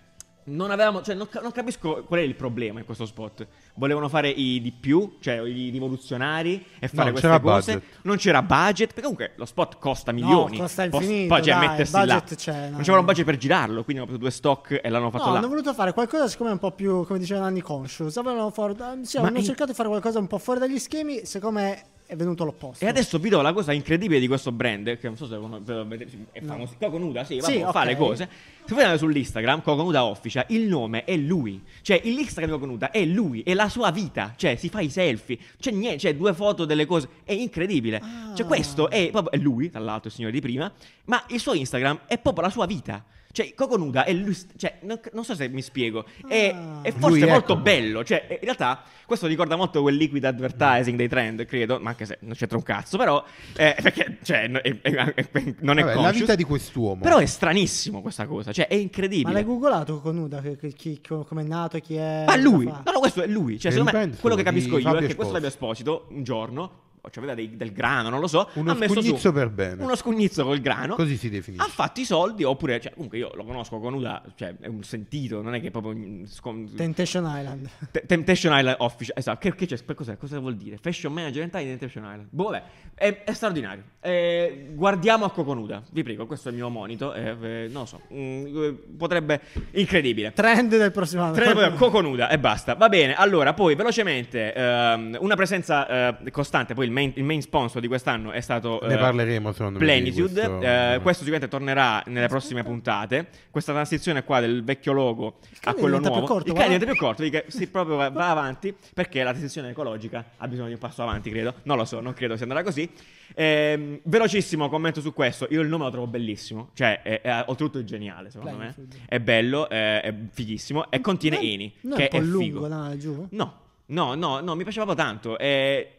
Non avevamo, cioè, non, ca- non capisco qual è il problema in questo spot. Volevano fare i di più, cioè i rivoluzionari, e fare
No,
queste
c'era
cose.
budget.
Non c'era budget, perché comunque lo spot costa milioni.
costa
Pos-
infinito,
Poi, cioè,
dai,
mettersi
budget
là.
c'è, no.
non c'era un budget per girarlo, quindi hanno preso due stock e l'hanno fatto
No,
là.
hanno voluto fare qualcosa siccome è un po' più, come diceva Nanni, conscious. Avevano fuori- ah, sì,
Ma
hanno
in-
cercato di fare qualcosa un po' fuori dagli schemi, siccome è venuto l'opposto.
E adesso vi do la cosa incredibile di questo brand, che non so se cono- ve lo vedete, sì, è
No.
famoso, Coconuda, sì,
Sì,
vabbè, fa
ok.
le cose. Se voi andate sull'Instagram, Coconuda Official, il nome è lui. Cioè, il Instagram di Coconuda è lui, è la sua vita. Cioè, si fa i selfie, c'è niente, c'è due foto delle cose, è incredibile.
Ah.
Cioè, questo è proprio è lui, tra l'altro, il signore di prima, ma il suo Instagram è proprio la sua vita. Cioè, Coconuda è lui, st- cioè, non, non so se mi spiego, è,
Ah.
è forse
Lui è
molto
Coconuda.
bello bello. Cioè, eh, in realtà, questo ricorda molto quel liquid advertising dei trend, credo. Ma anche se non c'entra un cazzo, però. eh, perché, cioè, no- eh, eh, eh, non è
Vabbè, la
conscious.
vita di quest'uomo.
Però è stranissimo questa cosa. Cioè, è
Ma l'hai
incredibile.
googolato con Nuda? Che, che- chi- co- come è nato, chi è...
Ma Ah, lui,
cosa
no,
fa?
no, questo è lui. Cioè,
E
secondo me,
ripenso
quello che
Eh, di
capisco io è
Fabio
che questo Fabio Esposito un giorno. Cioè, aveva dei- del grano, non lo so.
Uno
ha messo su
scugnizzo per bene.
Uno scugnizzo col grano.
Così si definisce.
Ah.
Ha fatto i soldi, oppure, cioè, comunque io lo conosco con Uda, cioè, è un sentito, non è che proprio. mm, scon-
Temptation Island.
Te- Temptation Island Official, esatto, che, che c'è, per cos'è? cosa vuol dire? Fashion Manager in Thailand Temptation Island. Boh, vabbè, è, è straordinario. Eh, guardiamo a Coconuda, vi prego, questo è il mio monito, eh, eh, non lo so, mm, eh, potrebbe... incredibile.
Trend del prossimo anno.
Tre proprio coconuda e basta. Va bene, allora poi velocemente ehm, una presenza eh, costante, poi il main, il main sponsor di quest'anno è stato
Ne
eh,
parleremo, secondo me, di
Plenitude,
questo.
Eh, questo sicuramente tornerà nelle prossime puntate. Questa transizione qua del vecchio logo a
cane
quello
diventa più
nuovo,
corto,
il cane diventa
guarda.
più corto, perché si proprio va, va avanti perché la transizione ecologica ha bisogno di un passo avanti, credo. Non lo so, non credo sia andrà così. Ehm, velocissimo commento su questo. Io il nome lo trovo bellissimo, cioè è, è oltretutto geniale, secondo me.
Plenitude.
È bello, è, è fighissimo e contiene Eni,
Eh, Non
che
è un po'
figo.
lungo, no, giù?
No, no, no, no, mi piaceva proprio tanto. Eh,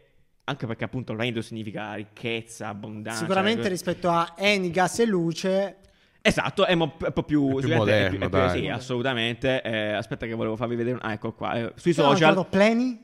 anche perché appunto reddito significa ricchezza, abbondanza.
Sicuramente
cioè-
rispetto a Eni, gas e luce,
Esatto, è mo- un po' più,
È più
sicuramente è
moderno,
è più-
dai.
sì, assolutamente. eh, aspetta, che volevo farvi vedere. un- Ah, ecco qua. eh, sui
però non
social.
ricordo, Pleni?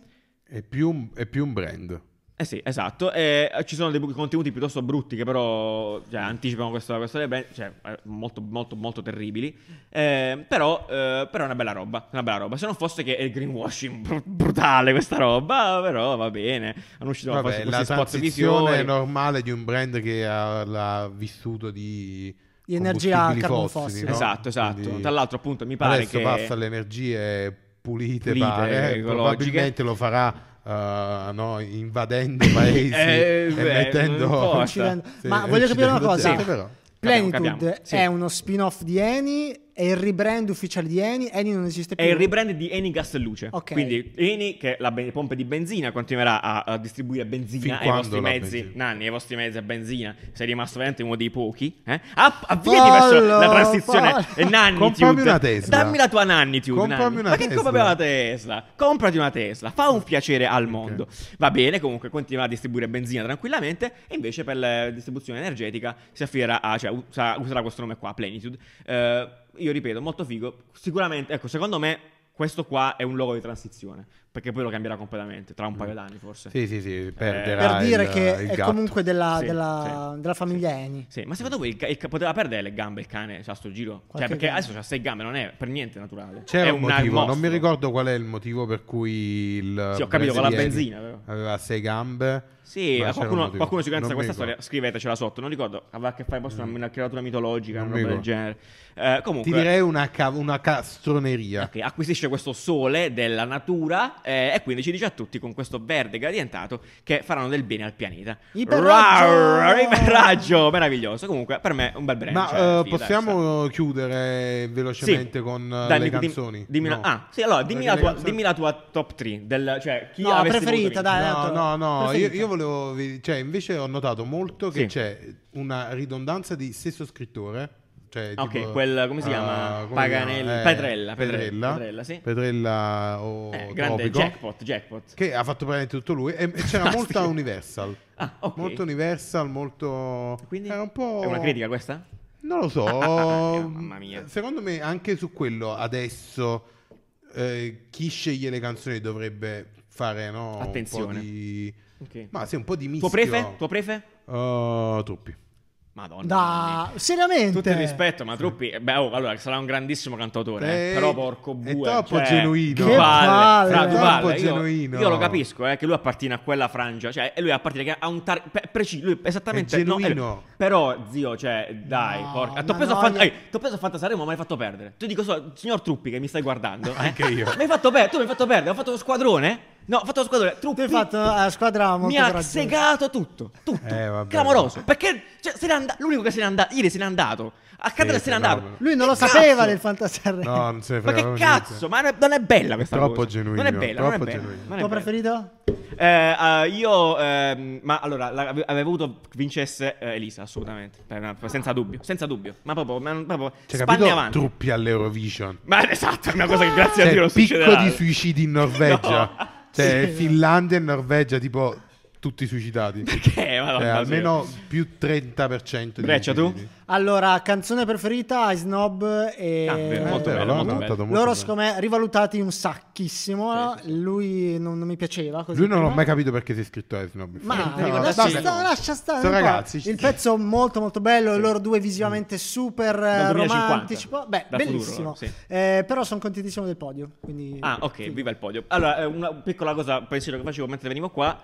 È più, un- è più un brand.
Eh sì, esatto. E eh, ci sono dei bu- contenuti piuttosto brutti che però cioè, anticipano questa questione, brand, cioè eh, molto, molto, molto terribili. Eh, però, eh, però è una bella roba, una bella roba. Se non fosse che è greenwashing br- brutale questa roba, però va bene. Hanno uscito
Vabbè,
questi-
la
questi spot
transizione
visioni.
normale di un brand che ha, l'ha vissuto di,
Di energia
combustibili
carbon
fossili,
fossile.
no?
Esatto, esatto.
Quindi
Tra l'altro, appunto, mi pare
adesso
che
passa alle energie pulite,
Pulite,
pare. eh,
ecologiche.
probabilmente lo farà eh, no, invadendo paesi
Eh,
e
beh,
mettendo
non importa.
Occidente.
Sì,
Ma voglio capire una
Occidente,
cosa.
sì, però.
Capiamo,
Plenitude
capiamo, sì.
è uno spin-off di Eni, è il rebrand ufficiale di Eni, Eni non esiste
È
più.
il rebrand di Eni Gas e Luce.
Ok.
Quindi Eni, che è la be- pompa di benzina, continuerà a, a distribuire
Fin
benzina ai
quando
vostri
la
mezzi.
benzina?
Nanni, ai vostri mezzi a benzina. Sei rimasto veramente uno dei pochi. Eh? A- avviati verso la
Pollo,
transizione.
Pollo.
E Nannitude.
Comprami una Tesla.
Dammi la tua Nannitude.
Comprami
Nanni.
una
Ma che
Tesla.
compri una Tesla? Comprati una Tesla. Fa un piacere al mondo. Va bene, comunque continua a distribuire benzina tranquillamente. E invece per la distribuzione energetica si affierà a. cioè usa- userà questo nome qua, Plenitude. Eh, io ripeto, molto figo. Sicuramente, ecco, secondo me questo qua è un logo di transizione. Perché poi lo cambierà completamente, tra un paio d'anni forse.
Mm. Sì, sì, sì, perderà
per dire
Ah, il-
che
il
è
gatto.
comunque della,
Sì,
della-
sì,
della famiglia
sì.
Eni.
Sì, ma secondo voi il, ca- il ca- poteva perdere le gambe il cane cioè, a sto giro?
Qualche
cioè, perché
gamba.
adesso ha sei gambe, non è per niente naturale.
C'era
è
un
ar-
motivo, non mi
mostro.
ricordo qual è il motivo per cui il
Sì, ho capito, con la
brasiliano
benzina, però.
aveva sei gambe.
Sì,
ma eh. c'era un
qualcuno,
motivo.
qualcuno sicuramente sa
Non mi
questa storia,
ricordo. Mm.
scrivetecela sotto. Non ricordo, aveva a che fare forse con una, una creatura mitologica,
Non
una
mi
roba del genere. Eh, comunque, Eh,
Ti direi una, ca- una castroneria.
ok, acquisisce questo sole della natura eh, e quindi ci dice a tutti con questo verde gradientato che faranno del bene al pianeta.
Iperraggio!
Rar, Iperraggio, meraviglioso. Comunque, per me è un bel brand.
Ma
cioè,
eh,
figa, sta.
possiamo chiudere velocemente con eh,
Dai,
le
Nico, dim-
canzoni?
dimmi la-
No.
Ah, sì, allora dimmi la,
Perché le
tua,
canzoni-
dimmi la tua top 3. Del, cioè, chi
No,
avresti
preferita,
voluto
dai. la
No,
tua
no, no, io,
preferita.
io volevo, vi- cioè invece ho notato molto che
Sì.
c'è una ridondanza di stesso scrittore. Cioè,
Ah, ok,
tipo,
quel- come si
ah,
chiama?
come si
Paganelli-
chiama?
Pedrella,
Pedrella,
Pedrella, sì.
Pedrella o
Eh, grande
Topico,
jackpot, jackpot.
Che ha fatto praticamente tutto lui e, e c'era
Fantastico.
molta Universal.
Ah, ok.
Molto Universal, molto...
Quindi
Era un po'...
È una critica questa?
Non lo so.
Ah, mamma mia.
Secondo me anche su quello adesso eh, chi sceglie le canzoni dovrebbe fare no, un
Attenzione.
po' di
Ok.
ma sì, un po' di mischio.
Tuo prefe? Tuo prefe?
Eh, Truppi.
Madonna.
Da, seriamente.
Tutto il rispetto, ma Truppi, eh, beh, oh, allora sarà un grandissimo cantatore, eh,
Eh,
però porco bue.
è troppo
cioè,
genuino.
che
Che
palle,
palle.
fra, che
È
palle.
troppo
Io-
genuino.
Io, lo capisco, eh, che lui appartiene a quella frangia, cioè e lui appartiene che ha un tar- pe- preci- lui esattamente
È
no,
genuino.
eh, però zio, cioè, dai,
No,
porca,
una
t'ho preso, a
noia.
fan- eh, t'ho preso a Fanta Sanremo, ma mi hai fatto perdere. Ti dico solo, signor Truppi che mi stai guardando, eh,
Anche io.
Mi hai fatto perdere, tu mi hai fatto perdere, ho fatto lo squadrone? No, ho fatto lo squadrone. Truppi
Tu hai fatto la squadra molto
mi ha
coraggiosa.
segato tutto, tutto.
Eh, vabbè.
Clamoroso. Perché cioè, se n'è anda- l'unico che se n'è andato, ieri se n'è andato. A Catania se n'è
no,
andato.
no.
Lui non lo
Che
sapeva
cazzo?
del Fantasarre.
No, non se ne
Ma
frega
che
niente.
cazzo? Ma non è bella questa
Troppo
cosa.
genuino,
Non è bella, non
troppo
è bella.
genuino.
non è
Tuo
bella.
preferito?
Eh, ah, io, ehm, ma allora, la- ave- avevo avuto vincesse eh, Elisa, assolutamente. Per una- senza dubbio, senza dubbio. Ma proprio, ma non- proprio
Cioè,
spanne
capito?
avanti.
Truppi all'Eurovision.
ma esatto, è una cosa che grazie a Dio
Cioè,
non
picco
succederà.
di suicidi in Norvegia.
No.
Cioè,
Sì.
Finlandia e Norvegia tipo tutti suicidati.
Perché? Madonna,
Cioè,
Dio.
almeno più 30% di
Breccia, tu?
suicidi.
Allora, canzone preferita, I Snob e...
Ah, vero, molto
Eh, vero,
bella,
l'hanno
molto
notato
bella.
molto
Loro
bene.
secondo me rivalutati un sacchissimo.
Sì, sì, sì.
Lui non, non mi piaceva. Così
Lui non l'ho
prima.
mai capito perché si è scritto Esnob.
Ma
Non ti
no,
ricordassi?
lascia,
Sì.
sta- lascia stare.
Sono
un po'.
ragazzi, sì. Ecco,
Il pezzo molto molto bello, loro due
Mm.
visivamente super eh,
2050.
romantici. Poi- Beh,
Da futuro,
bellissimo.
sì.
Eh, però sono contentissimo del podio. quindi-
Ah, ok,
sì.
viva il podio. Allora, eh, una piccola cosa, pensiero che facevo mentre venivo qua.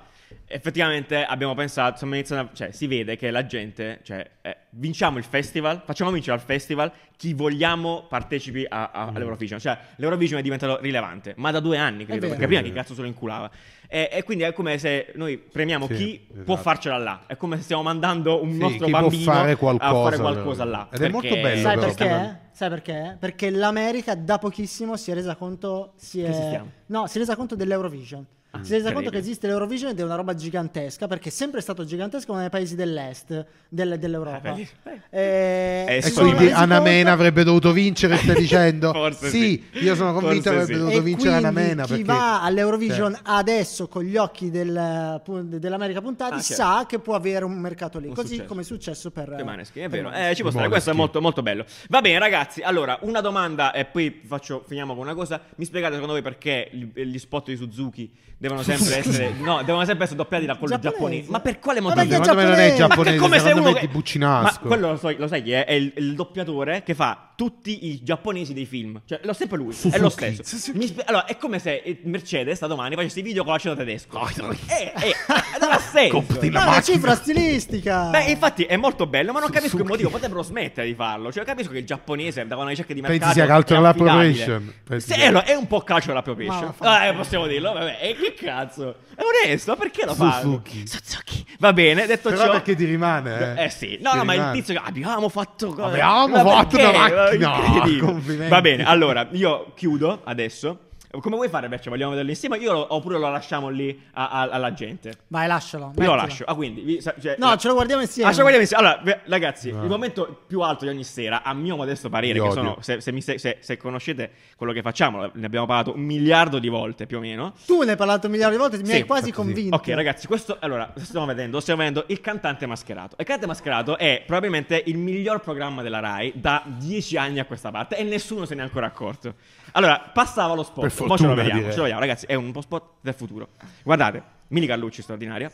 Effettivamente abbiamo pensato, insomma, iniziano a- cioè, si vede che la gente, cioè, eh, vinciamo il festival, facciamo vincere al festival chi vogliamo partecipi a-
Mm.
a- all'Eurovision. Cioè, l'Eurovision è diventato rilevante, ma da due anni, credo,
vero.
perché prima
Sì.
chi cazzo se lo inculava. E, e quindi è come se noi premiamo
Sì,
chi
esatto.
può farcela là. È come se stiamo mandando un
Sì,
nostro
chi può
bambino
fare
a
qualcosa,
fare qualcosa
vero.
là.
Ed è molto
perché-
bello,
Sai
però,
perché?
come-
Sai perché? Perché l'America da pochissimo si è resa conto si è...
Che esistiamo.
No, si è resa conto dell'Eurovision. si è resa conto
Ah, incredibile.
che esiste l'Eurovision ed è una roba gigantesca perché è sempre stato gigantesco ma nei paesi dell'est del- dell'europa.
Eh, beh,
Eh,
eh,
si
sì.
E
sono
quindi
resi
Anamena
conto-
avrebbe dovuto vincere, stai dicendo?
Forse
sì,
sì.
io sono convinto
Forse
avrebbe
sì.
dovuto
e
vincere
quindi
Anamena.
chi
perché...
va all'Eurovision
Cioè,
adesso con gli occhi del- pu- dell'America puntati
Ah, chiaro.
sa che può avere un mercato lì,
Un
così
successo.
come è successo per...
per i Maneskin, è
per
vero.
Maneskin.
Eh, ci può stare, questo
Maneskin.
è molto, molto bello. Va bene, ragazzi. Allora, una domanda e poi vi faccio, finiamo con una cosa. Mi spiegate secondo voi perché gli, gli spot di Suzuki devono sempre essere, no, devono sempre essere doppiati da quello
Giapponese.
giapponese? Ma per quale
Ma
motivo?
perché è
secondo me non è
giapponese.
Ma che
giapponese,
come se
secondo
uno
me è
che-
di Buccinasco.
Ma quello lo, so- lo sai chi è? È il, il doppiatore che fa tutti i giapponesi dei film. Cioè, lo sempre lui. È lo
Suzuki.
stesso. Mi spe- allora, è come se eh, Mercedes da domani facesse i video con l'accento tedesco. eh, eh, non ha senso.
Compri la
Ma è una
macchina.
cifra stilistica!
Beh, infatti è molto bello, ma non capisco il
Suzuki.
motivo. Potrebbero smettere di farlo. Cioè, capisco che il giapponese da una ricerca di
Pensi
mercato.
sia cultural
è affidabile.
appropriation. Pensi
Sì,
sia-
è lo- è un po' cultural appropriation.
Ma fa-
Eh, possiamo dirlo. Vabbè, e che cazzo? È onesto, ma perché lo fa?
Suzuki.
Suzuki. Va bene, detto
Però
ciò.
perché ti rimane?
Cioè, Eh sì, no,
Ti
no, ma il
rimane.
tizio che abbiamo fatto cosa-
Abbiamo
Ma
fatto
perché?
una macchina! Ah,
Incredibile.
Complimenti.
Va bene, allora io chiudo adesso. Come vuoi fare, Bercia? Vogliamo vederlo insieme? Io lo- oppure lo lasciamo lì a- a- alla gente?
Vai, lascialo.
Io
mettilo.
lo lascio. Ah, quindi vi- sa- cioè-
No, ce lo guardiamo insieme.
Ah, ce lo guardiamo insieme. Allora, ve- ragazzi,
No.
il momento più alto di ogni sera, a mio modesto parere,
Io
che
odio.
sono, se, se mi- se- se- se conoscete quello che facciamo, ne abbiamo parlato un miliardo di volte più o meno.
Tu ne hai parlato un miliardo di volte, mi
Sì,
hai quasi
infatti sì.
convinto.
Ok, ragazzi, questo allora stiamo vedendo, stiamo vedendo il cantante mascherato. Il cantante mascherato è probabilmente il miglior programma della Rai da dieci anni a questa parte e nessuno se ne è ancora accorto. Allora, passava lo spot.
Per
Mo ce lo
fortuna,
vediamo,
direi.
ce lo vediamo, ragazzi, è un po' spot del futuro. Guardate, Mili Gallucci straordinaria.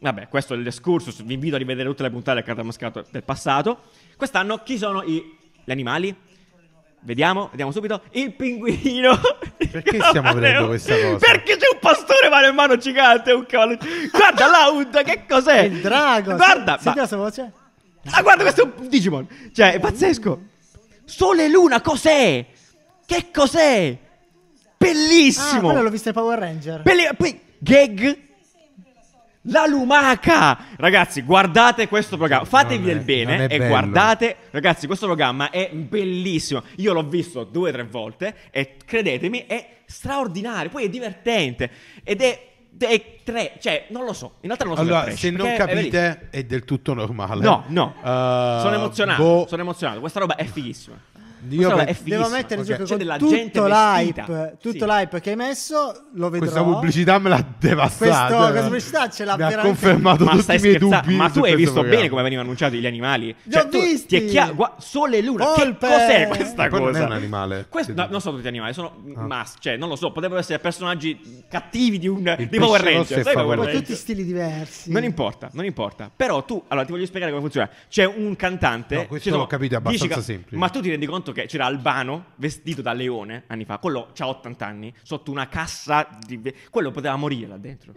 Vabbè, questo è il discursus, vi invito a rivedere tutte le puntate del cantante mascherato del passato. Quest'anno chi sono i- gli animali? Vediamo, vediamo subito. Il pinguino.
Perché stiamo vedendo questa cosa?
Perché c'è un pastore mano in mano gigante, un cavallo. Guarda l'Aud, che cos'è?
Il Eh, drago.
Eh, Guarda,
se-
ma-
Senti cioè, la sua voce?
ah, guarda questo è un Digimon. Cioè, è pazzesco. Sole e luna, cos'è? Che cos'è?
Ah,
Bellissimo.
quello l'ho visto ai Power Ranger.
Pelle- poi, gag. La lumaca! Ragazzi, guardate questo programma. Fatevi
Cioè, Non è-
del bene
non è
e
bello.
guardate. Ragazzi, questo programma è bellissimo. Io l'ho visto due o tre volte e credetemi, è straordinario. Poi è divertente. Ed è. è tre. Cioè, non lo so. In realtà non lo so.
Allora,
trash,
se non
perché è bellissimo.
capite, è del tutto normale.
No, no.
Eh,
sono emozionato.
boh,
Sono emozionato. Questa roba è fighissima.
Io
Questa roba
pe-
è
Devo
fighissima. Cioè,
mettere in
ok.
gioco
C'è
con
della gente
tutto
vestita.
l'hype, tutto
Sì.
l'hype che hai messo, lo vedrò.
Questa pubblicità me l'ha devastata.
Questo-
eh.
questa pubblicità ce l'ha
Mi ha
veramente-
confermato
Ma
tutti
stai
i miei
scherzando?
dubbi.
Ma
su
tu hai
questo
visto
programma.
bene come venivano annunciati gli animali?
Li ho
Cioè, tu ti è
visti!
chiaro. gua- sole e luna. Che
Volpe!
cos'è questa
Poi
cosa?
non è un animale, cioè,
Questo-
credo.
no, non sono tutti animali, sono
Ah.
mas- Cioè, non lo so. Potrebbero essere personaggi cattivi di, un, di
pesce
Power
rosso
Ranger.
è
sai Power
favoloso.
Poi
Ranger?
tutti stili diversi.
Non importa, non importa. Però tu, allora ti voglio spiegare come funziona. C'è un cantante.
No, questo
ci sono
l'ho capito, è
10
abbastanza semplice.
Ma tu ti rendi conto che c'era Albano vestito da leone anni fa. Quello ha 80 anni, sotto una cassa. Di... Quello poteva morire là dentro.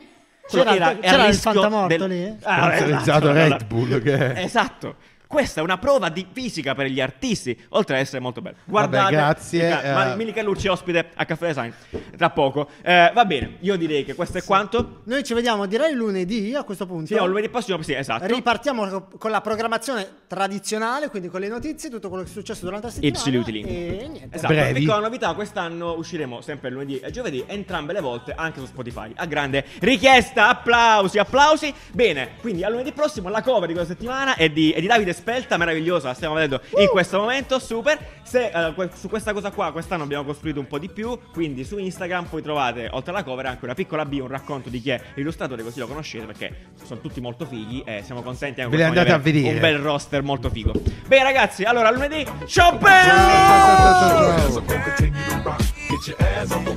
Quello
C'era-
era,
c'era
era a
il
rischio
fantamorto lì?
Ah,
Sponsorizzato
esatto,
Red Bull, che è-
Esatto. Questa è una prova di fisica per gli artisti, oltre ad essere molto bella.
Vabbè,
Guardate,
grazie,
Mica-
eh.
ma Minica Lucci è ospite a Caffè Design tra poco. Eh, va bene, io direi che questo è quanto.
Noi ci vediamo direi lunedì a questo punto.
Sì, no, lunedì prossimo, sì, esatto.
Ripartiamo co- con la programmazione tradizionale, quindi con le notizie, tutto quello che è successo durante la
E
settimana.
tutti gli utili.
E niente.
Esatto.
Brevi.
Piccola novità, quest'anno usciremo sempre lunedì e giovedì, entrambe le volte, anche su Spotify. A grande richiesta, applausi, applausi. Bene, quindi a lunedì prossimo la cover di questa settimana è di, è di Davide Spelta, meravigliosa, la stiamo vedendo
Uh!
in questo momento, super. Se, eh, que- su questa cosa qua quest'anno abbiamo costruito un po' di più, quindi su Instagram poi trovate, oltre alla cover, anche una piccola bio, un racconto di chi è l'illustratore, così lo conoscete perché sono tutti molto fighi e siamo contenti anche
Ve li
quest'anno di
andate a
avere
vedere.
Un bel roster molto figo. Bene ragazzi, allora lunedì, ciao belli!
Ciao, ciao, ciao, ciao, ciao.
As I'm gonna continue to rock, get your ass on the